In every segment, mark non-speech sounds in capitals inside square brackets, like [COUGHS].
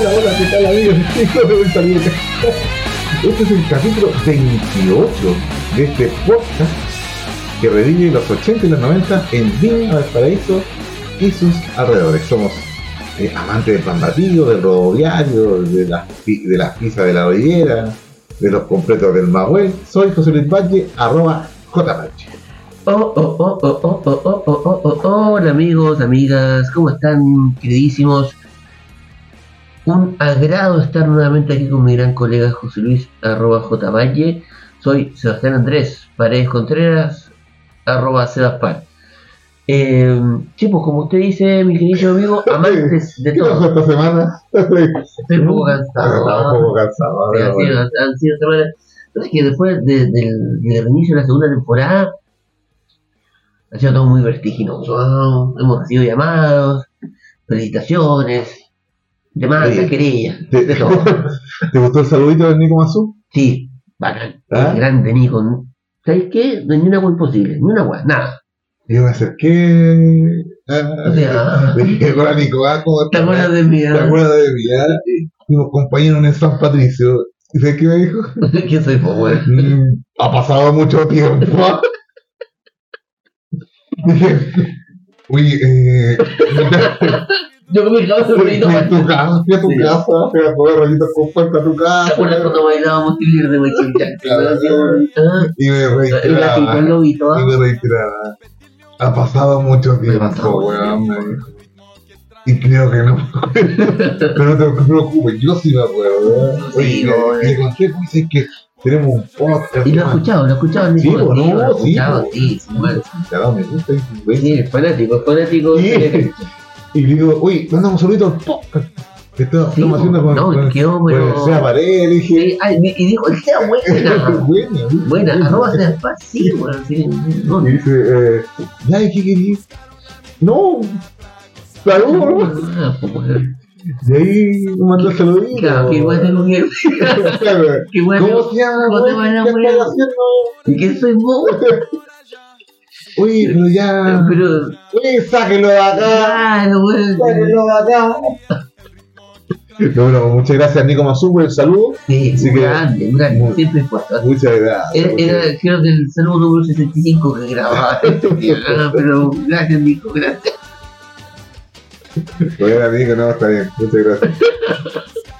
Hola amigos, [LAUGHS] Este es el capítulo 28 de este podcast que revive los 80 y los 90 en Viña Valparaíso y sus alrededores. Somos eh, amantes del pan batido, del rodoviario, de las pi- de las pizzas de la rodillera, de los completos del Mahuel. Soy José Luis Valle, arroba JPache. Oh, oh, oh, oh, oh, oh, oh, oh, oh, oh, oh, hola amigos, amigas, ¿cómo están, queridísimos? Un agrado estar nuevamente aquí con mi gran colega José Luis, arroba J. Valle. Soy Sebastián Andrés, Paredes Contreras, arroba Sebaspan. Eh, chicos, como usted dice, mi querido amigo, amantes de ¿Qué pasó todo. esta semana? [LAUGHS] Estoy Estoy un poco cansado. un poco cansado. Sí, pero han bueno. sido, han sido semanas. Pero es que después de- del, del inicio de la segunda temporada, ha sido todo muy vertiginoso. Ah, Hemos recibido llamados, felicitaciones, demandas, Oye. querellas, ¿Te, de todo. [LAUGHS] te gustó el saludito del Nico Mazú? Sí, bacán. ¿Ah? Grande Nico. ¿Sabes qué? No hay ni una web posible, ni una web, nada. Yo me acerqué. O sea, Ah, le dije, hola Nico, ah, ¿cómo ¿Te estás? acuerdas de mí? ah? ¿Te [LAUGHS] acuerdas de mí? ah? Y nos acompañaron en San Patricio. ¿Y sabes qué me dijo? ¿Quién soy, po, weón? Mm, ha pasado mucho tiempo. [LAUGHS] Dije, Oye, eh, [LAUGHS] Yo comí el cabrón fui, solito, fui a tu ¿Te casa, fui a tu Sí. casa, fui a comer rollitos con puerta a tu acuerdas casa. cuando bailábamos [LAUGHS] Thriller de Michael Claro. Jackson? Ah, Y me El gatito, reiteraba. el lobito, ah. Y me reiteraba. ¿eh? Ha pasado mucho Me ha tiempo, pasado mucho weón. me dijo. Y creo que no. [LAUGHS] Pero no te preocupes, yo sí me acuerdo. ¿verdad? Sí, Oye, weón. y le conté, pues, es que tenemos un podcast. Y lo he escuchado, lo he escuchado en Sí, mismo bueno, lo he sí, escuchado, bueno. sí, sí, bueno. Ya, no, me gusta, y, güey, Sí, es fanático, es fanático. Sí. Sí, [LAUGHS] Y le digo, oye, mandamos un saludito al podcast. Que está- sí, estamos haciendo con, no, con, qué con hombre. el no. Sea Paredes, dije. Sí, ay, Y dijo, el sea [LAUGHS] buena. Buena, Buena, arroba sea paz, sí, bueno, sí, no, Y dice, eh, ya, ¿y ¿qué querías? No, no, saludos. no, no, no, bueno. Y ahí me mandó el saludito. Claro, qué bueno tengo que [LAUGHS] Claro. qué ¿Cómo bueno. se llama? ¿Cómo te güey? van a ¿Qué poner? estás haciendo? ¿Y qué soy vos? Oye, pero ya. Pero, Oye, sáquenlo de acá. claro, bueno. Sáquenlo de acá. No, bueno, muchas gracias, Nico Mazú, por el saludo. Sí, Así un que- grande, un grande, Muy- siempre puesto. Muchas gracias. Era, muchas era creo que el saludo número 65 que grababa. Ah, Pero gracias, Nico, gracias. Bueno, amigo, no, está bien. Muchas gracias.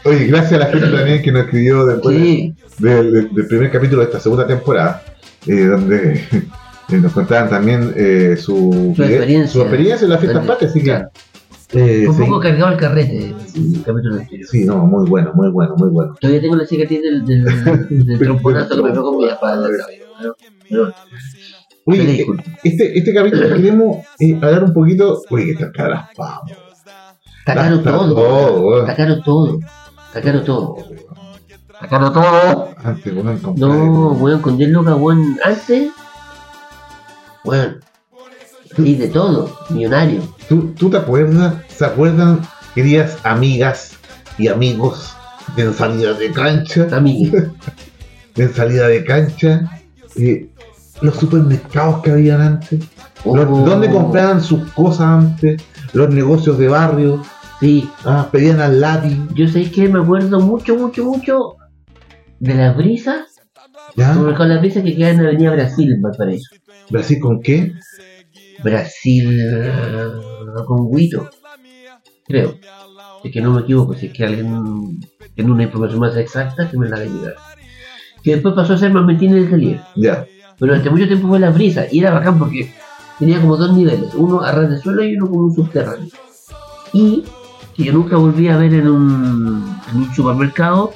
Oye, gracias a la gente también que nos escribió después Sí, del, del- del primer capítulo de esta segunda temporada, eh, donde [LAUGHS] eh, nos contaban también eh, su, Su experiencia. su experiencia en las fiestas Claro. patrias, así que... eh, fue un sí, poco cargado el carrete eh, el capítulo anterior. sí, no, muy bueno, muy bueno, muy bueno. Todavía tengo la cicatriz [LAUGHS] del, del, del tromponazo que me pegó con mi espalda. ¿sabes? Pero, pero Oye, eh, disculpa. este, este capítulo queremos eh, hablar un poquito... Oye, que están caras, vamos. Sacaron está todo, todo. weón. Sacaron todo. Sacaron todo. Sacaron todo. Antes, bueno, compadre. No, weón, con 10 lucas, weón, antes. Weón. Y de todo, millonario. ¿Tú, tú te acuerdas? ¿Se acuerdan, queridas amigas y amigos, en salida de cancha? [LAUGHS] Amigo. En salida de cancha, eh, los supermercados que habían antes, los- Oh, donde compraban sus cosas antes, los negocios de barrio, Sí, ah, pedían al lápiz, yo sé que me acuerdo mucho, mucho, mucho de las brisas ¿ya? Sobre con las brisas que quedan en la Avenida Brasil, me parece. ¿Brasil con qué? Brasil eh, con Guito, creo. Es que no me equivoco, si es que alguien tiene una información más exacta que me la haga llegar. Que después pasó a ser Mametines del Calier. Ya, Pero durante mucho tiempo fue la brisa y era bacán porque tenía como dos niveles, uno a ras de suelo y uno como un subterráneo. Y que yo nunca volví a ver en un, en un supermercado,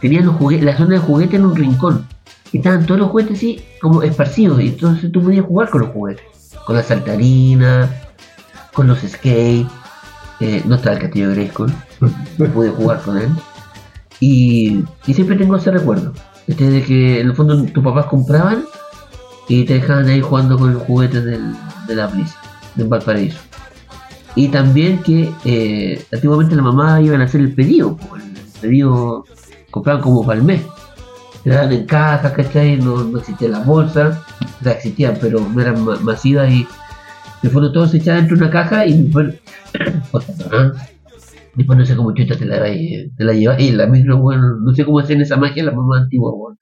tenían los jugue- la zona de juguete en un rincón. Y estaban todos los juguetes así como esparcidos y entonces tú podías jugar con los juguetes, con las saltarinas, con los skate. Eh, no estaba el castillo de Grayskull, [LAUGHS] no pude jugar con él. Y, y siempre tengo ese recuerdo. Este de que en el fondo tus papás compraban y te dejaban ahí jugando con los juguetes del, de la brisa, del Valparaíso. Y también que eh, antiguamente la mamá iban a hacer el pedido, po, el pedido compraban como para el mes. Te daban en cajas, ¿cachai? No, no existían las bolsas, o sea, existían, pero no eran ma- [COUGHS] masivas y en el fondo todo se echaba dentro de una caja y bueno, ¿ah? Después no sé cómo chucha te la, eh, te la llevas. Y la misma, weón, no sé cómo hacen esa magia la mamá antigua, weón.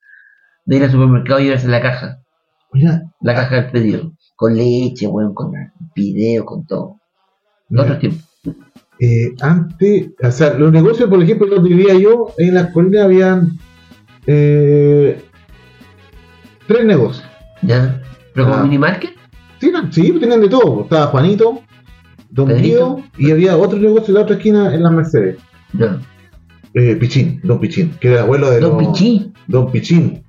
De ir al supermercado y llevarse la caja. Mira, La caja del pedido. Con leche, weón, con video, con todo. mira, Otro tiempo. eh, antes, o sea, los negocios, por ejemplo, donde vivía yo, en las colinas habían eh, tres negocios. ¿Ya? ¿Pero como Ah. mini market? Sí, eran- sí, tenían de todo. Estaba Juanito, Don Pedrito. Guido, y había otro negocio en la otra esquina en las Mercedes. No. Eh, Pichín, Don Pichín, que era el abuelo de Don los- Pichín. Don Pichín.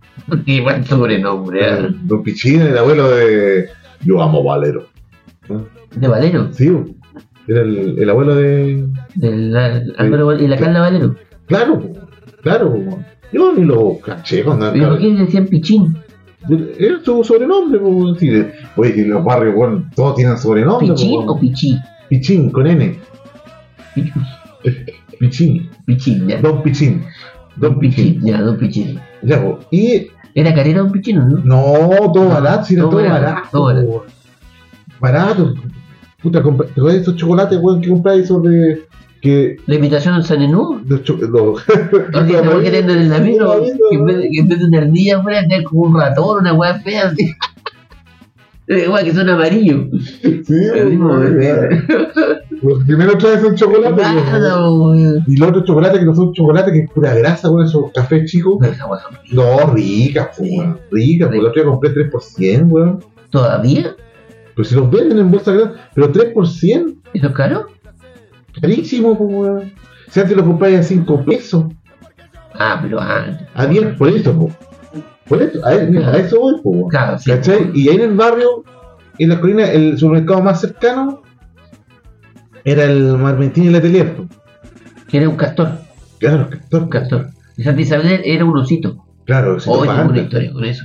Qué buen sobrenombre. ah. Don Pichín, el abuelo de Yo amo Valero. Ah, De Valero. Sí, era el, el abuelo de. Del Álvaro Val- y la Carla Valero. Claro, po, claro. po. Yo ni lo caché cuando ¿Y por qué le decían Pichín? Era su sobrenombre, po, así de- Oye, que los barrios, bueno, todos tienen sobrenombre. ¿Pichín po, o Pichí? Pichín, con N. Pichí. [LAUGHS] Pichín. Pichín, ya. Don Pichín. Don Pichín. Ya, Don Pichín. Ya, po. Y ¿Era carrera Don Pichín o no? No, todo No, barato, sí, era todo todo barato, barato. todo barato. po. Barato. Puta, compra- ¿te acuerdas de esos chocolates, weón, que compráis esos de. que. La invitación a [LAUGHS] San Enú. los. cho- los- Porque los te voy amarillos, queriendo en la micro. los amarillos, Que en vez de- que en vez de una ardilla fuera, tener como un ratón, una weá fea así. [LAUGHS] Eh, Weá, que son amarillos. Sí, El mismo, weón, eh. Los primeros traes son chocolates. weón. Nada, weón. Y los otros chocolates que no son chocolates, que es pura grasa, weón, esos cafés chicos. Pero esa weá son ricas. No, ricas, po, Sí. weón. Ricas, porque Rica. la otra día compré 3 por 100, weón. ¿Todavía? Pero si los venden en bolsa grasa, pero 3 por 100, ¿Eso es caro? carísimo, po, weón. Si antes los compráis a 5 pesos. Ah, pero antes. A 10 por eso, po. Por eso, a, mira, a eso voy, po. weón. Claro, sí. ¿Cachai? Y ahí en el barrio, en la colina, el supermercado más cercano era el Marmentín y el Atelier, po. Que era un castor. Claro, Castor, Un castor. Y Santa Isabel era un osito. Claro, se Hoy tapa tengo una antes. historia con eso.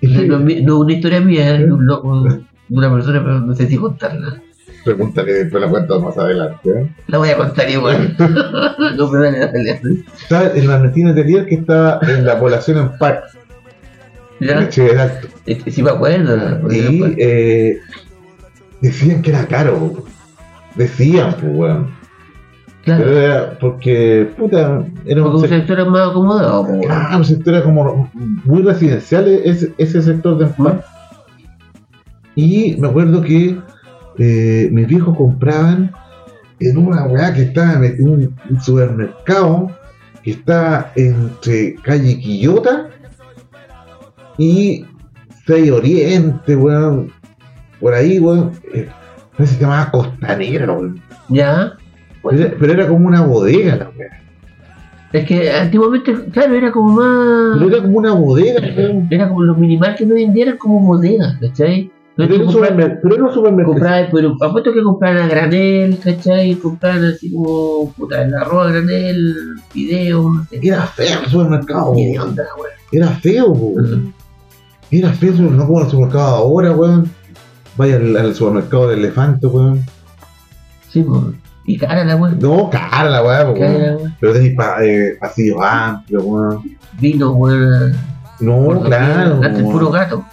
Y- No, mi- no, una historia mía, de un loco, de una persona, pero no sé si contarla. Pregúntale después la cuento más adelante. ¿eh? La voy a [LAUGHS] contar igual. [LAUGHS] no, pero dale, dale. Está el Marmentín y el Atelier que está en la población en Park, en Ya, Echeverría Alto. este, sí me acuerdo. ¿no? Porque no Y fue- eh, decían que era caro, po. Decían, pues, weón. Claro, Pero era porque, puta, era porque un un sector, sector es más acomodado. pues, po. ah, un sector era como muy residencial ese, ese sector de Ampar. Y me acuerdo que eh, mis viejos compraban en una weá que estaba en un un supermercado que estaba entre calle Quillota y 6 Oriente, weón. Por ahí, weón. eh, no sé si se llamaba Costanera, weón. Ya. Pero era- pero era como una bodega la weá. Es que antiguamente, claro, era como Pero más. era como una bodega, weón. [LAUGHS] Era como los minimarkets hoy en día eran como bodegas, ¿cachai? No Pero era un supermer- pero era un supermercado. comprar, pero pues, apuesto que comprar a granel, ¿cachai? Comprar así como, puta, el arroz a granel, video, no sé. Era feo el supermercado. Ni de weón. onda, Era feo, weón. weón. Era feo, el supermercado, no como el supermercado ahora, weón. Vaya al, al supermercado del elefante, weón. Sí, weón. Y cara la weón. No, cara la weá, weón. Cara la weón. Pero tenéis pa- eh, pasillos amplios, weón. Vino, weón. No, Por lo Oh, claro. menos, Antes weón. puro gato.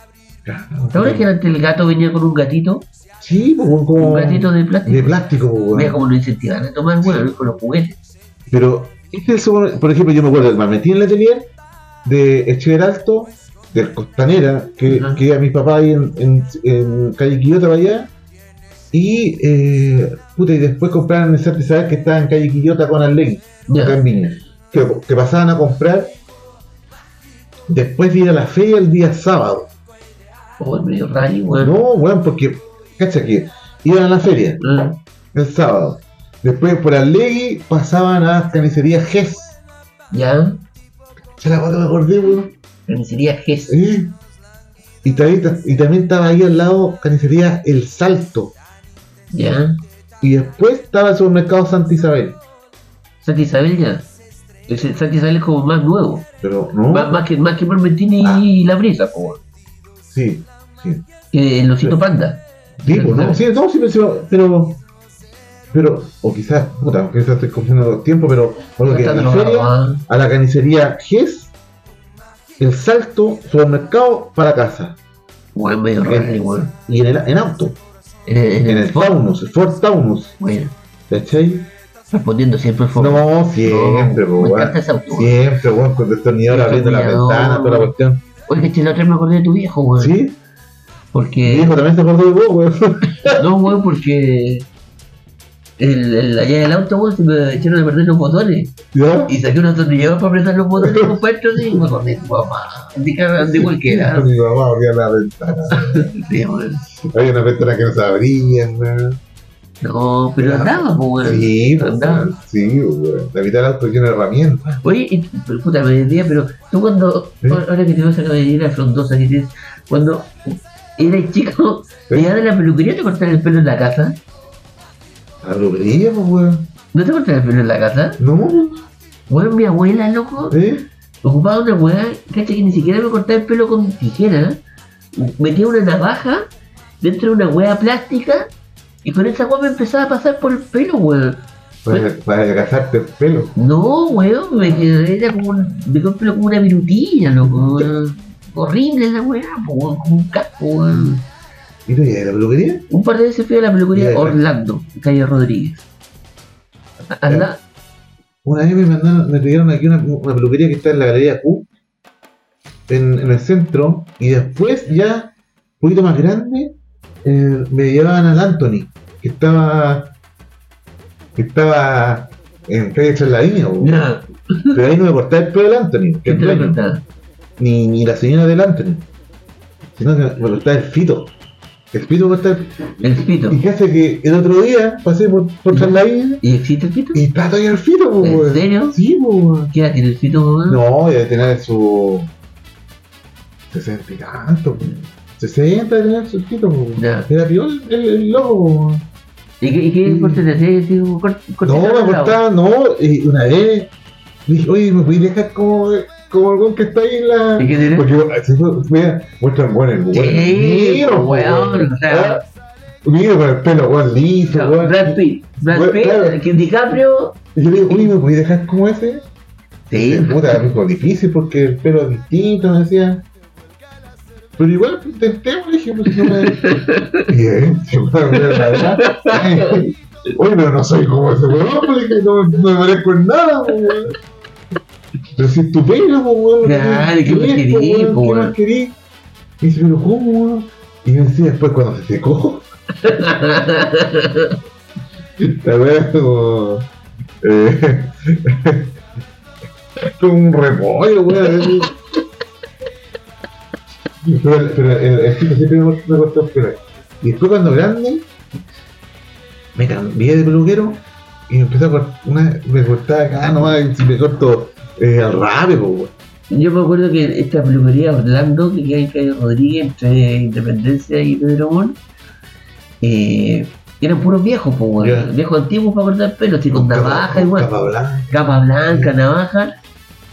Claro. ¿Te acuerdas que antes el gato venía con un gatito? Sí, pues, weón, como. Un gatito de plástico. Oh, de plástico, weón. Mira cómo lo incentivan a tomar, weón, con los juguetes. Pero este es el por ejemplo, yo me acuerdo del Marmentín en el atelier, de Echever Alto, del Costanera, que, Ajá. que a mis papás ahí en, en, en calle Quillota para allá. Y, eh, puta, y después compraron el Santa Isabel que estaba en calle Quillota con Arlegui, acá Ya. en Viña, que, que pasaban a comprar después de ir a la feria el día sábado. Oh, el medio rally, weón. No, weón, porque, cacha que, iban a la feria Ah, el sábado. Después por Arlegui pasaban a carnicería E GES. Ya. Se la guarda, me acordé, weón. Carnicería Gess. ¿Eh? Y, también, y también estaba ahí al lado carnicería El Salto. Ya. Y después estaba el supermercado Santa Isabel. Santa Isabel ya. Ese Santa Isabel es como más nuevo. Pero no. Más, más que, más que Parmentín y, Ah. y La Brisa, po, weón. Sí, sí. Que el osito panda. Digo, no, sí, no, sí, pero. Pero, pero o quizás, puta, quizás estoy confundiendo los tiempos, pero. por lo que Está en la drogado, feria, ah. a la carnicería GES, El Salto, supermercado para casa. Weón, medio rally, weón. Y en, el, en auto. En, el- En el Taunus, el Ford Taunus. Bueno, ¿Cachai? Respondiendo siempre fue. No, siempre, No, po, me weón. encanta ese auto. Siempre, weón, con destornillador El abriendo la destornillador. ventana, toda la cuestión. Oye, que la otra vez me acordé de tu viejo, weón. ¿Sí? Mi Porque. hijo también se acordó de vos, weón. [LAUGHS] No, weón, porque. El, el, allá en el auto, weón, se me echaron a perder los botones. ¿Ya? Y saqué un atornillador para apretar los [LAUGHS] botones con cuatro, sí. Y me acordé, papá. De, cara- de cualquiera. [LAUGHS] Mi mamá abría la ventana. Sí, weón. Había una ventana que no se abría, weón. No, pero andaba, pues, weón. Sí, pues, andaba. weón. Sí, weón. La mitad del auto tiene herramientas. Oye, y, pero puta, me vendía, pero tú cuando, ¿Eh? ahora que te vas a caballería frondosa que tienes, cuando eras chico, ¿Eh? llegabas de la peluquería te cortaban el pelo en la casa. La brujería, pues, weón. ¿No te cortaban el pelo en la casa? No, Bueno, mi abuela, loco, ¿eh? ocupaba una weá, cacha que ni siquiera me cortaba el pelo con tijera, metía una navaja dentro de una weá plástica y con esa weá me empezaba a pasar por el pelo, weón. Para, para casarte el pelo. No, weón, me quedé era como, un- me quedó el pelo como una virutilla, loco. weón. Horrible esa weá, po, weón, como un casco, weón. ¿Y tú ya la peluquería? Un par de veces fui a la Ya, peluquería ya. Orlando, calle Rodríguez. Al la- Una vez me mandaron, me pidieron aquí una, una peluquería que está en la galería Q, en, en el centro, y después ya, un poquito más grande, eh, me llevaban al Anthony, que estaba, que estaba en calle Charladina, bo. Ya, Este pero ahí no me cortaba el pelo del Anthony, que ¿qué el te voy a dueño, contar? ni, ni la señora del Anthony, sino que me cortaba el fito. El fito cortaba el El fito. Y que hace que el otro día pasé por, por Trasladina ¿Y existe el fito? y está todavía el fito, po, ¿En weón. serio? Sí, po, weón. ¿Qué edad tiene el fito, weón? No, debe tener su. 60 y tanto, po. 60 debe tener su fito, po. Ya. Era peor el, el loco, ¿Y qué, y qué Mm. corte te hacía? ¿Sí, un cor- po. corte No, largo? me cortaba, no, y una vez le dije, oye, me voy a dejar como, como el weón que está ahí en la. ¿Y qué tiene? Porque se fue, mira, muestran bueno el weón. Sí, Negro, po, weón, o sea- Ah, Negro con el pelo, weón, liso, Ya, weón. Brad Pitt. Brad Bueno, claro. Pitt, que DiCaprio. Y yo le digo, oye, me voy a dejar como ese. Sí, Eh, [LAUGHS] puta, es como difícil porque el pelo es distinto, me decía. Pero igual pues, intenté, le dije, pues no me. [LAUGHS] Bien, se eh, me va a ver la verdad. Eh, Oye, pero no soy como ese weón, pues, le dije, no, no me parezco en nada, pues, weón. Pero si es tu pelo, pues, weón. Claro, ¿qué más querés, querís, pues, pues, ¿Qué weón? más querís? Y dice, pero ¿cómo, weón? Y yo decía, después cuando se secó. La verdad es como. Eh, [LAUGHS] es como un repollo, weón. Pero, pero eh, el, el chico siempre me costó- me costó esperar. Y después cuando grande, me cambié de peluquero y me empecé a cortar. Una, me ah, cortaba acá nomás y si me corto eh, al rabe, po, weón. Yo me acuerdo que esta peluquería Orlando, que queda en calle Rodríguez, entre Independencia y Pedro Mon, eh, eran puros viejos, po, weón. Ya. viejos antiguos para cortar pelo, así con Capa- navaja igual, Capa blanca. capa blanca, navaja,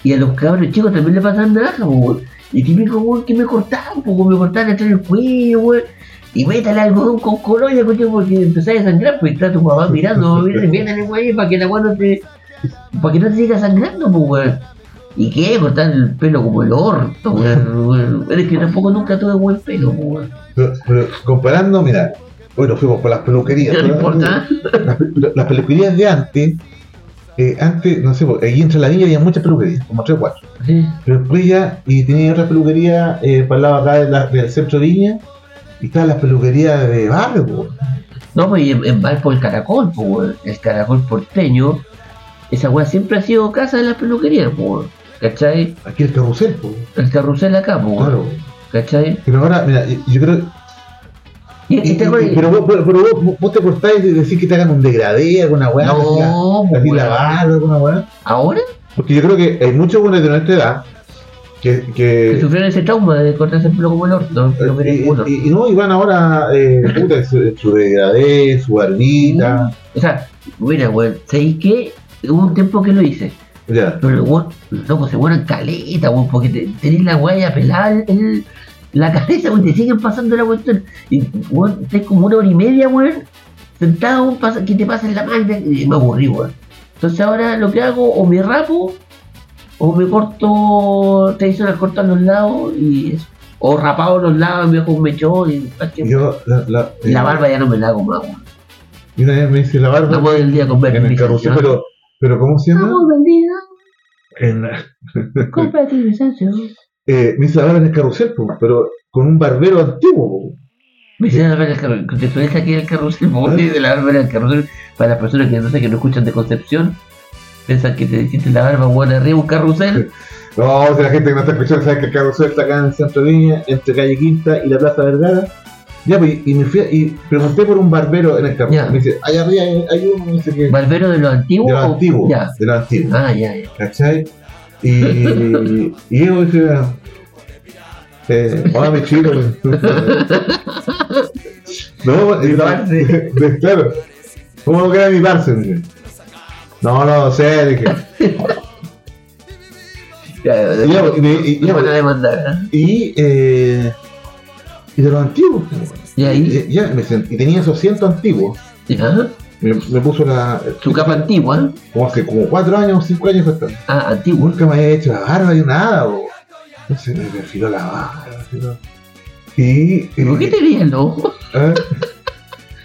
y a los cabros chicos también le pasaban navaja, po, weón. Y típico, weón, que me cortaban, po, weón, me cortaban atrás el cuello, weón. Y métale algodón con colonia, coño, porque empezás a sangrar, pues está tu mamá mirando, mira, y métale, weón, para que la weón no te. para que no te siga sangrando, pues, weón. ¿Y qué? Cortar el pelo como el orto, weón, weón. Es que tampoco nunca tuve buen pelo, pues, weón. Pero, pero comparando, mira, hoy nos fuimos por las peluquerías. No pero- importa. las, pe- las peluquerías de antes, eh, antes, no sé, pues, ahí entre la villa había muchas peluquerías, como tres o cuatro. Sí. Pero después ya, y tenía otra peluquería eh, para el lado acá de la- del centro de Viña, y estaban las peluquerías de barrio, po. No, pues y en, en Valpo el caracol, pues, weón. El caracol porteño. Esa weá siempre ha sido casa de la peluquería, pues, weón. ¿Cachai? aquí el carrusel, po. El carrusel acá, pues, weón. Claro. ¿Cachai? Pero ahora, mira, y- yo creo. Y, y- este y te y- acuerdas- pero vos, pero- pero vos, vos te cortáis de decir que te hagan un degradé, alguna weá, así la- no, pues, así la weón. barba, alguna weá. Ahora Porque yo creo que hay muchos buenos de nuestra edad que. que que sufrieron ese trauma de cortarse el pelo como el orto, pero eh, miren y, uno. y- y no, y van ahora, eh, puta, su, su degradé, su barbita. O sea, mira, weón, ¿sabéis qué? Hubo un tiempo que lo hice, Ya. pero weón, loco, se vuelan caleta, weón, porque te, tenés la guaya pelada en- en la cabeza, weón, te siguen pasando la cuestión. Y, weón, estás como una hora y media, weón, sentado, weón, pasa- que te pasen la máquina, y me aburrí, weón. Entonces ahora lo que hago, o me rapo, o me corto, tradicional corto a los lados, y eso. O rapado a los lados, me hago un mechón, y, Yo, la, la, eh, La barba ya no me la hago más, weón. Y una vez me hice la barba La voz del día con Bernie en el Vincent, carrusel, ¿no? pero, pero ¿cómo se Ah, llama? En la- Cómprate un ensayo. eh, me hice la barba en el carrusel, po, pero con un barbero antiguo. po. Me hice la barba en el carrusel. Contextualiza aquí el carrusel. Vos ¿Eh? de la barba en el carrusel. Para las personas que no sé, que no escuchan de Concepción, piensan que te hiciste la barba buena arriba un carrusel. No, si la gente que no está escuchando sabe que el carrusel está acá en el centro de Viña, entre calle Quinta y la Plaza Vergara. Ya, pues, y me fui a- y pregunté por un barbero en el carrusel. Ya. Me dice, allá arriba hay, hay uno, me dice que. De ¿Barbero de los antiguos? los o- antiguos. Ya. De los antiguos. Ah, ya, ya. ¿Cachai? Y, y yo dije, eh, hola mi chico. no, y la- parce. de- claro, ¿cómo que era mi parce? Dije. No, no sé, dije. Ya, Y, ya, pues. y, me- y- Me van a demandar. ¿eh? y, eh, y de los antiguos. pues, Y ahí, Y, eh, ya, me sent- y tenía esos cientos antiguos. ya. Me, me puso la. Su capa antigua. Como hace como cuatro años, cinco años hasta. Ah, antigua. nunca me había hecho la barba y nada, bo. Entonces me perfiló la barba. perfiló. Y. ¿Y por qué te ríes, loco? [LAUGHS] ¿eh?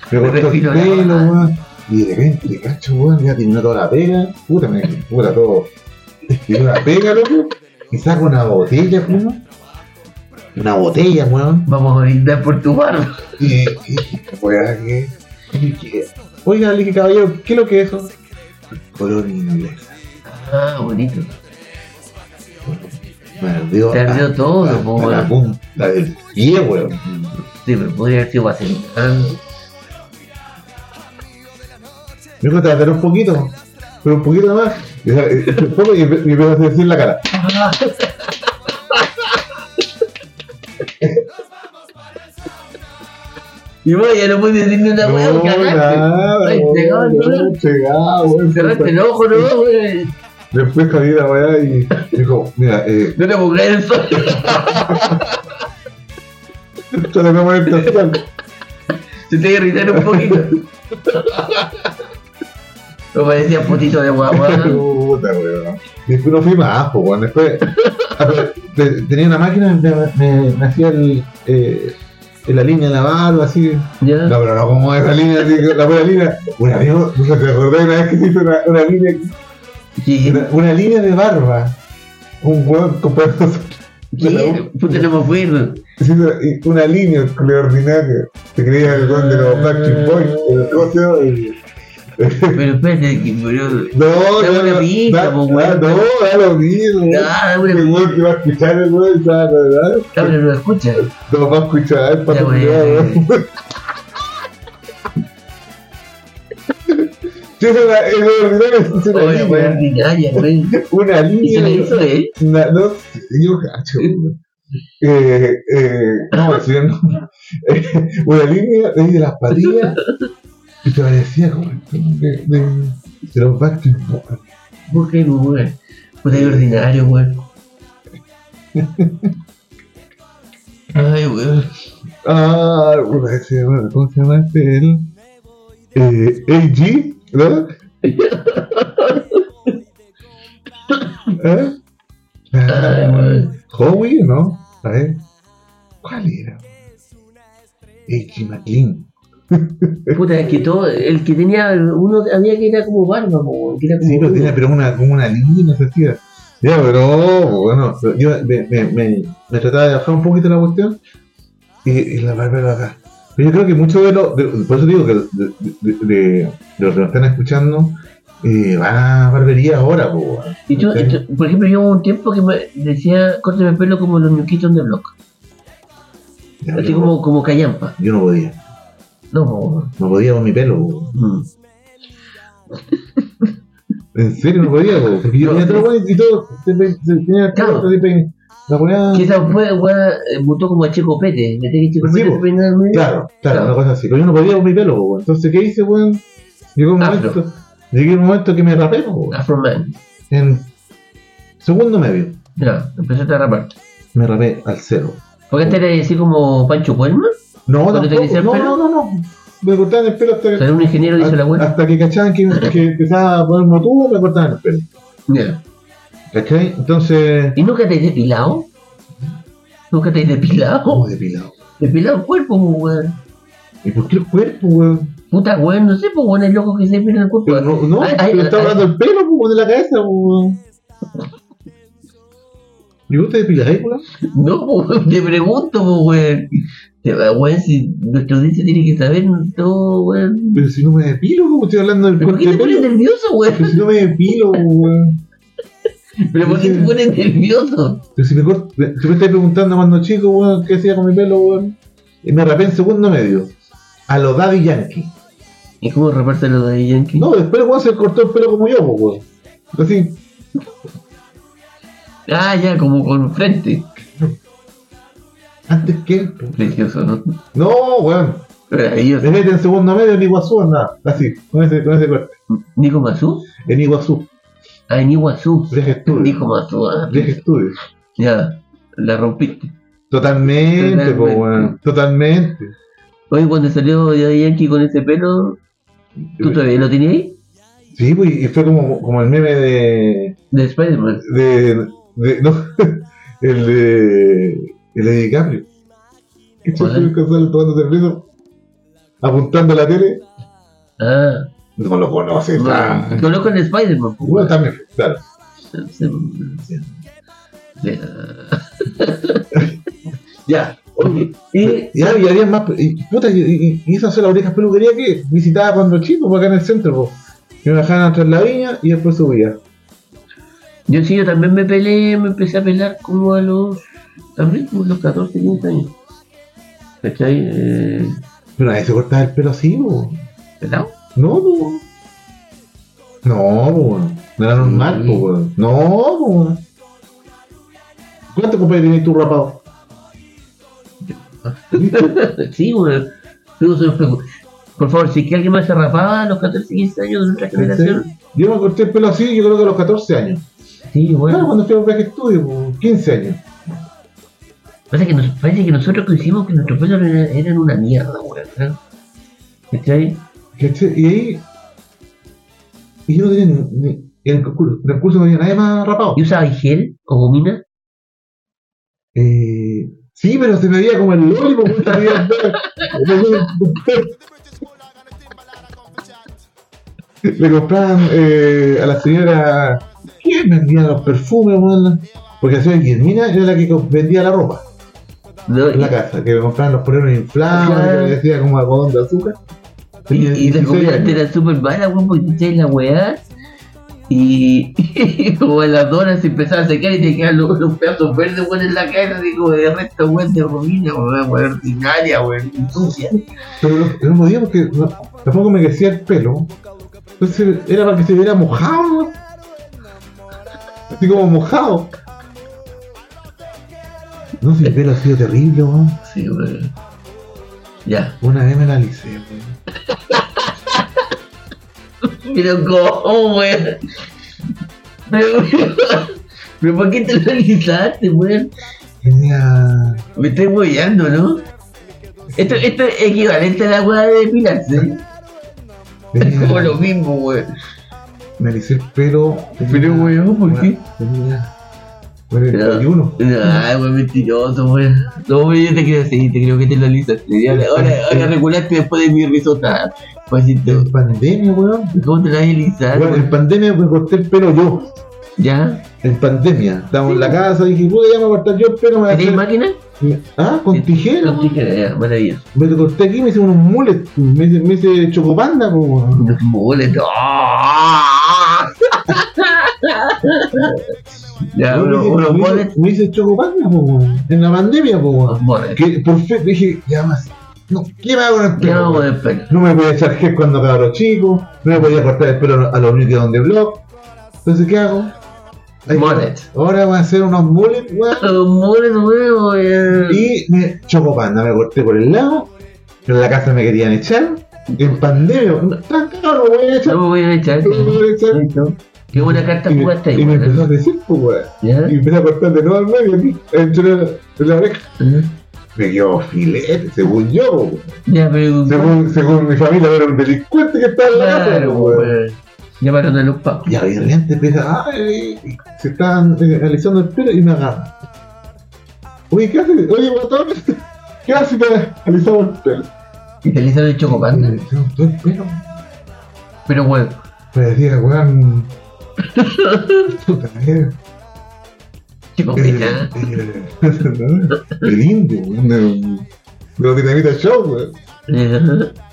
Me Me cortó el perfiló la pelo, barba. weón. Y de repente, cacho, weón, ya terminó toda la pega. Puta, me puta todo. Terminó la pega, loco. Y saco una botella, weón. Una botella, weón. Vamos a brindar por tu barba. Y. y weón, ¿qué? Y que- Oiga, le dije, caballero, ¿qué es lo que es eso? Color inglés. Ah, bonito. Me ardió. Te ardió a- todo, a- po, a La weón. punta del pie, weón. Sí, pero podría haber sido vaselina. Ah, Yo creo que te un poquito, pero un poquito nomás. Y, o sea, y- un poco y empe- y empezó a decir la cara. Y bueno, ya no puedes decir ni una weá, No, cagaste. nada, pues. Ay, pegado, weón, ¿no? pegado, weón. Cerraste el ojo, no, weón. Después cogí la weá y dijo, mira, eh, [LAUGHS] No te puedo creer el sol. esto lo vemos en el [LAUGHS] total. Se te iba a irritar un poquito. Me parecía putito de guagua. Puta, weón. Y Después no fui más, po, weón. Después a ver, te- tenía una máquina, me, me, me hacía el, eh, la línea de la barba, así. No, ¿Ya? pero no como esa línea, así, la buena línea. Un amigo, ¿te acordás una vez que se hizo una, una línea Sí. Una, una línea de barba. Un hueón comprando [LAUGHS] ¿Qué? Puta, no me acuerdo. una línea el culo ordinario. Se creía el gol de Ah. los Backstreet Boys, el negocio. el- Pero espérate, que murió. No, Da no, una no, pista, da- po, da- weón. no, da lo mismo. Ah, una El hueón que va a escuchar el hueón, ya, la verdad, Ahora no lo escucha. no va a escuchar el Ya, pato culiao, weón. [LAUGHS] Sí, es una- es una ordinaria, es una Oye, línea, weón, ni nadie, weón. Una Y se le línea. hizo, ¿eh? Na- no, sé, yo cacho. güey. Eh, eh, no, me decía, no. [LAUGHS] Eh, una línea de, ahí de las patillas y te parecía como de, de, de los Backstreet Boys. ¿Por qué, weón? Puta, qué ordinario, [LAUGHS] weón. Ay, weón. Ah, una vez se llama- ¿cómo se llama este? El eh, né? AG, ¿no? ¿Eh? Ay, güey. Howie, ¿no? A ver, ¿cuál era? AG McLean. Puta, es que todo, el que tenía, uno había que era como barba, po, que era como. Sí, pero rudo. tenía pero una, como una línea sentida. Ya, pero bueno, yo me, me, me, me trataba de bajar un poquito la cuestión y, y la barbero acá. Pero yo creo que muchos de los, de- por eso digo que de, de, de- de los que nos están escuchando, eh, van a barbería ahora, po, weón. Y tú- y tú- por ejemplo, yo hubo un tiempo que me decía, córtame el pelo como los ñoquitos de block. Ya, Así yo, como, como callampa. yo no podía, No, po. no podía con mi pelo, po, weón. Mm. en serio no podía, po, porque yo No, tenía sí. todo weón, y todo, se pe- se- tenía Claro. todo, se pe- la weá. Que esa fue, weá, eh, mutó como a Checo Pete. Me tenía que Checo Sí, Pete po. se peinaba en medio. Claro, claro, Claro. una cosa así. Pero yo no podía con mi pelo, po, weón. Entonces, ¿qué hice, weón? Llegó un Afro. momento. Llegué un momento que me rapé, po, weón. Afro Man. En segundo medio. Ya, empezó a rapar. Me rapé al cero. Porque antes era así como Pancho Cuelma. No, ¿Cuándo te tampoco. crecía el no, pelo? no, no, no. Me cortaban el pelo hasta O sea, que, era un ingeniero que hizo la hasta, weá. hasta que cachaban que, que empezaba a ponerme tubo, me cortaban el pelo. Ya. ¿Cachai? Entonces. ¿Y nunca te has depilado? ¿Nunca [LAUGHS] te has depilado? ¿Cómo oh, depilado? Depilado el cuerpo, po, weón. ¿Y por qué el cuerpo, weón? Puta, weón, no sé, pues weón, el loco que se mira el cuerpo. Pero no, no, Ay, ay, pero está ay, hablando el pelo, pues, de la cabeza, pues. ¿Y vos te depilarás, weón? No, [LAUGHS] po, weón, te pregunto, po, weón. Te- Weón, si nuestra audiencia tiene que saber todo, weón. Pero si no me depilo, pues, estoy hablando del ¿Por corte qué de te pones pelo. nervioso, Pero [LAUGHS] weón? si no me depilo, weón. ¿Pero por qué te pones nervioso? Pero si me corto, si me estás preguntando cuando chico, weón, qué hacía con mi pelo, weón. Y me rapé en segundo medio. A los Daddy Yankee. ¿Y cómo reparte lo de Yankee? No, después, weón, se cortó el pelo como yo, pues, weón. Así, Ah, ya, como con frente. antes que él, pues. Precioso, ¿no? No, weón. Maravilloso. Le mete en segundo medio en Iguazú, nada. Así, con ese, con ese corte. ¿Nico Mazú? En Iguazú. Ah, en Iguazú. Viaje estudio. Nico Mazú, ah. Viaje estudio. Ya, la rompiste. Totalmente, po, Totalmente. weón. Totalmente. Oye, cuando salió Daddy Yankee con ese pelo, ¿tú todavía lo tenías ahí? Sí, pues, y fue como, como el meme de. De Spider-Man. de. de no, [LAUGHS] el de. el de DiCaprio. Que ¿Cuál? chocó Casal tomando cerveza, apuntando a la tele. Ah, No lo conoces, ah. bueno, solo con Spider-Man. po, Bueno, también, claro. Se- se- se- se- ya, ok. Y, Ya, y había más. Y, puta, y, y, y esas son las orejas peluquería que visitaba cuando chico, pues, acá en el centro, pues. Que me bajaban atrás de la viña y después subía. yo sí, yo también me peleé, me empecé a pelar como a los, también como a los 14, 15 años. ¿Cachai? Eh, Pero nadie se cortaba el pelo así, pues. ¿Pelado? [LAUGHS] No, po. weón. No, po, weón. No era normal, Mm. po, weón. No, po, weón. ¿Cuántos compañeros tenías tú rapado? sí, bueno. Pero se los pregunto. pues, Por favor, si es que alguien más se rapaba a los 14, 15 años de nuestra generación. Yo me corté el pelo así, yo creo que a los 14 años. Sí, Claro, bueno. cuando fui a un viaje de estudio, po, 15 años. Pasa que nos, parece que nosotros coincidimos que nuestros pelos era- eran, una mierda, weón. ¿eh? ¿Cachai? ¿Cachai? Y ahí. Y yo no tenía ni. ni- en, el concurso, en el curso no había nadie más rapado. ¿Y usaba gel o gomina? Eh, sí, pero se me veía como el loli, po, weón. se me veía el pelo. Me veía el- Le compraban eh, a la señora. ¿Quién vendía los perfumes, weón? Porque la señora Guillermina era la que co- vendía la ropa No, en la casa, que me compraban los poleros inflados, Claro. que le decía como algodón de azúcar. Y, Tenía y la 16 comida años. era súper mala, weón, porque echáis la weá. Y, y [LAUGHS] como a las donas se empezaba a secar y te quedaban los, los pedazos verdes, weón, en la cara. Digo, de resto, weón, de ruina, weón, weón, ordinaria, weón, sucia. Pero lo, no podía porque no- tampoco me crecía el pelo. Entonces era para que se viera mojado, ¿no? Así como mojado. No, si el pelo ha sido terrible, weón. Sí, weón. Ya. Una vez me la alicé, weón. Pero cómo, weón. Pero, weón, pero ¿por qué te lo alisaste, weón? Tenía. Me estoy moviendo, ¿no? Esto, esto es equivalente a la weá de depilarse. Es [LAUGHS] como tenía- lo mismo, weón. Me alicé el pelo. Pero, weón, ¿por qué? Tenía. Bueno, el 21. Ay, weón, mentiroso, weón. No, weón, yo te creo, sí, te creo que te lo alisaste. Ya, Ahora, ahora regulaste después de mi risota. Pues si te- En pandemia, weón. ¿Cómo te la vas a alisar? Bueno, en weón? pandemia me corté el pelo yo. ¿Ya? En pandemia. Estábamos en la Sí. casa y dije, puta, ya me voy a cortar yo el pelo. Me voy a ¿Tenéis hacer- máquina? me- Ah, con tijera. No, weón. tijera, ya, maravilloso. Me lo corté aquí, me hice unos mules. Me hice, me hice chocopanda, po, weón. Los moles, [LAUGHS] ¡ah! Ya, Weón, me uno- hice- unos me hice- moles. Me hice chocopanda, po, weón. En la pandemia, po, weón. Unos moles. Que por fin dije, ya más. No, ¿qué me hago con el Ya pelo? vamos weón? a despegar. No me podía echar gel cuando cabro chico, no me podía cortar el pelo a los niños donde blog. Entonces, ¿qué hago? Ahí- Mullet. Ahora voy a hacer unos mullets, weón. Los moles nuevos, weón. Y me chocopanda, me corté por el lado. En la casa me querían echar. En pandemia, no, tan caro, me voy a echar. No me voy a echar. no me voy a echar. Qué buena carta Y me- jugaste ahí, Y me weón. ¿Eh? empezó a decir, pues, weón. ¿Ya? Y empecé a cortar de nuevo al medio, aquí, entre la, en la oreja. Me quedó filete, según yo, weón. Ya, pero. Según, según mi familia, era un delincuente que estaba en la casa, Claro, weón. weón. Llamaron a los papás. Y obviamente empieza, ay, y se están eh, alisando el pelo y me agarra. [LAUGHS] Oye, ¿qué haces? Oye, guatón, ¿qué haces? Te alisamos el pelo. Y te le hicieron el Le chocopanda. hicieron todo el pelo. Pero bueno, Parecía, weón. [LAUGHS] Puta mierda. chocopita. Eh, [LAUGHS] El indio, weón. de- De los dinamita show, weón. Pero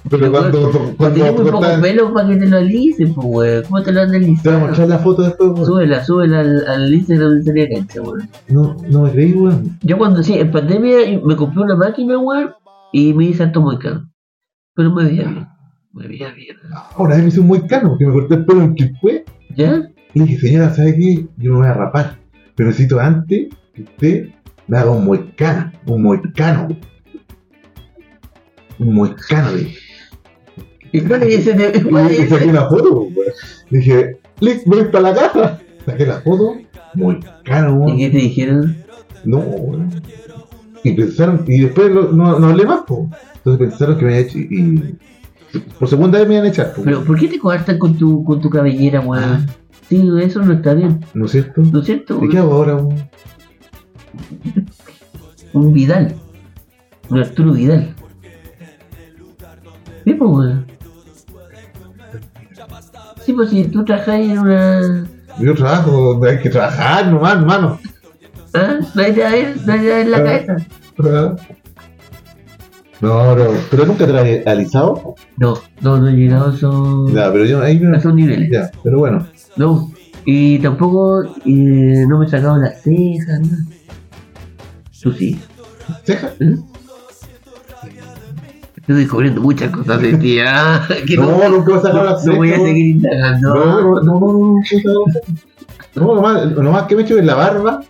Pero, cuando. Pues Cuando Tiene muy pocos cortaban- pelos para que te lo alisen, pues, weón. ¿Cómo te lo han Te voy a alisado? mostrar la foto después, weón. Súbela, súbela al, al Instagram de Sería Cancha, weón. No, no me creí, weón. Yo cuando sí, en pandemia me compré una máquina, weón, y me hice alto muy caro. Pero me veía bien. Me veía bien. Ahora me hizo muy caro porque me corté el pelo en Quilpué. ¿Ya? Y le dije, señora, ¿sabe qué? Yo me voy a rapar. Pero necesito antes que usted me haga un moicano. Un moicano. Un moicano, le dije. ¿Y cuál es ese? [LAUGHS] de- Y cuál le es saqué ese? una foto, weón. Dije, Lick, ven para la casa. Saqué la foto, muy caro, ¿Y weón. qué te dijeron? No, weón. Y pensaron, y después lo- no, no hablé más, po. Entonces pensaron que me había hecho, y por segunda vez me iban a echar, po. Pero, ¿por qué te coartan con tu, con tu cabellera, Ah, weón? Sí, eso no está bien, ¿No es cierto? ¿no es cierto? ¿Y qué hago ahora, weón? Un Vidal. Un Arturo Vidal. Sí, pues, weón. Sí, pues, si tú trabajas en una... Yo trabajo, donde hay que trabajar nomás, hermano. [LAUGHS] ¿Ah? Nadie te va a ver, nadie te va a ver la Ah. cabeza. Ah. No, no, pero nunca te lo he alisado. No, no, no he llegado a esos, Ya, pero yo ahí a no. esos niveles. Ya, pero bueno. No. Y tampoco eh, no me he sacado las cejas, nada. Tú sí. ¿Ceja? ¿eh? Estoy descubriendo muchas cosas de ti. [LAUGHS] ah, que No, no, nunca vas a sacar no, la ceja. voy a weón. seguir No, indagando. no, no, no, no, no, no, no, nomás, nomás que me echo es la barba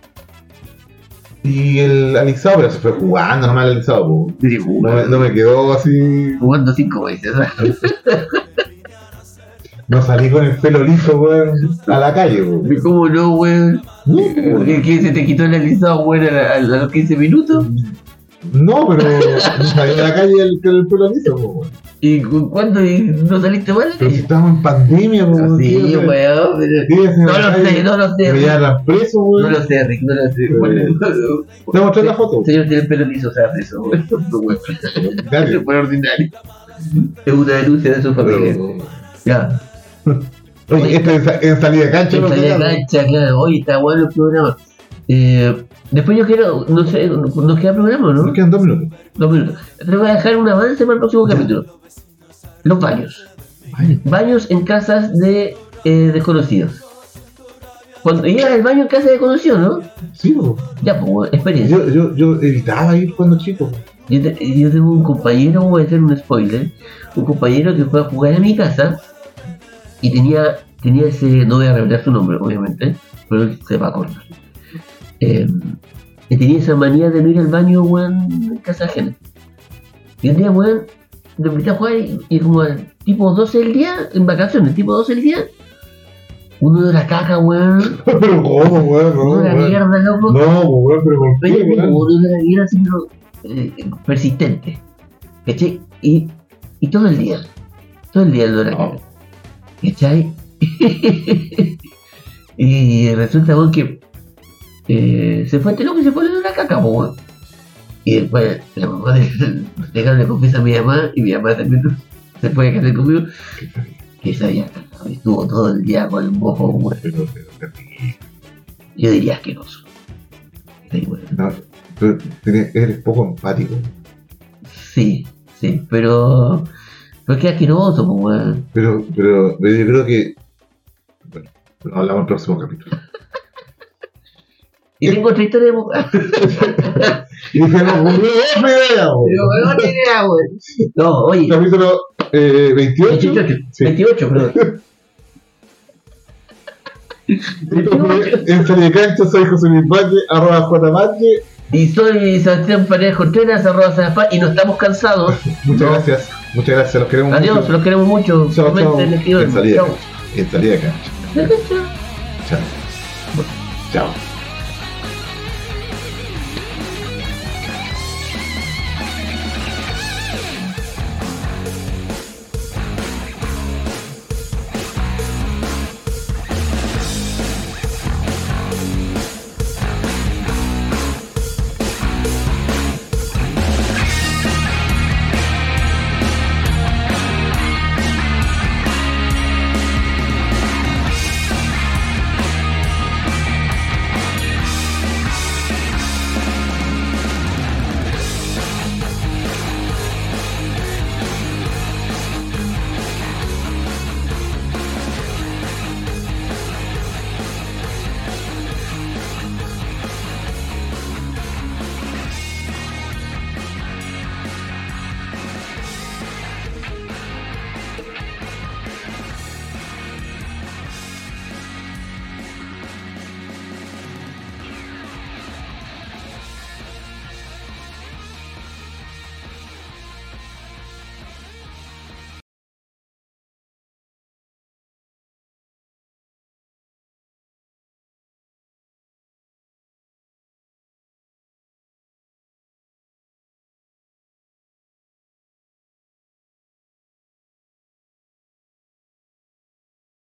y el alisado, pero se fue jugando nomás el alisado, po. Sí, No, me- jugando, no me quedó así, jugando cinco veces. ah. no salí con el pelo liso, weón, a la calle, weón. ¿Cómo no, weón? ¿Qué, qué, se te quitó el alisado, weón, a, a- a los 15 minutos? No, pero no salí a la calle el, con el pelo liso, po, weón. ¿Y cu- cuándo y no saliste mal? Pero si estábamos en pandemia, po, weón. Sí, tío, weón, tío, pero... tío, No en la lo sé, calle, no lo sé. Me llevan preso, No weón. lo sé, Rick, no lo sé. Eh, Bueno, Te voy a mostrar la foto. El señor tiene el pelo liso, o sea, eso, [LAUGHS] güey. No, güey. Dale. Eso fue ordinario. Es una denuncia de su familia. Ya. Oye, esta en, sa- en salida de cancha, Esta ¿no? ya cancha, claro. Oye, está bueno el programa. Eh, después yo quiero, no sé, nos queda programa, Nos ¿no? quedan dos minutos. Dos minutos. Te voy a dejar un avance para el próximo capítulo. Los baños. Ay, Baños en casas de eh, desconocidos. Cuando llegas al baño en casa de desconocidos, ¿no? sí, po. Ya, pues, güey, experiencia. Yo, yo, yo evitaba ir cuando chico. [LAUGHS] Yo, te- yo tengo un compañero, voy a hacer un spoiler, un compañero que fue a jugar a mi casa y tenía, tenía ese, no voy a revelar su nombre obviamente, pero él se va a acordar. Eh, y tenía esa manía de no ir al baño, weón, en casa ajena. Y un día, weón, lo invité a jugar y, y como a tipo 12 del día, en vacaciones, tipo 12 del día, uno de la caca, weón, pero cómo, weón, no, uno de la Oh, weón. mierda, loco. No, weón, pero ¿por Oye, qué, weón? como de una vida así, pero, eh, persistente. ¿Cachai? Y, y todo el día. Todo el día el huracán. ¿Cachai? [LAUGHS] y resulta weón, que eh, se fue este loco y se fue de una caca, po, weón. Y después la mamá de, [LAUGHS] de Carlos le confiesa a mi mamá y mi mamá también [LAUGHS] se fue a casar conmigo. Que se había cagado y estuvo todo el día con el mojo, weón. Pero, pero, pero, Yo diría asqueroso. Sí, weón. no, pero tenés- eres poco empático. Sí, sí, pero. Pero es que es asqueroso, pues, weón. Pero, pero, pero yo creo que. Bueno, lo hablamos en el próximo capítulo. Y tengo otra historia de mujer. Y dije, no, weón, mi idea, weón. no No, oye, Capítulo eh, 28. 28, Sí. 28, perdón. Esto fue En salida de cancha, soy José Luis Valle, arroba J Valle. Y soy Sebastián Paredes Contreras, arroba Zafá, y no [LAUGHS] estamos cansados. Muchas No. gracias, muchas gracias, los queremos Adiós, mucho. los queremos mucho. Chao, chao. Comenten, escriban. En salida. Chao. En salida de cancha. Chao. Bueno, Chao.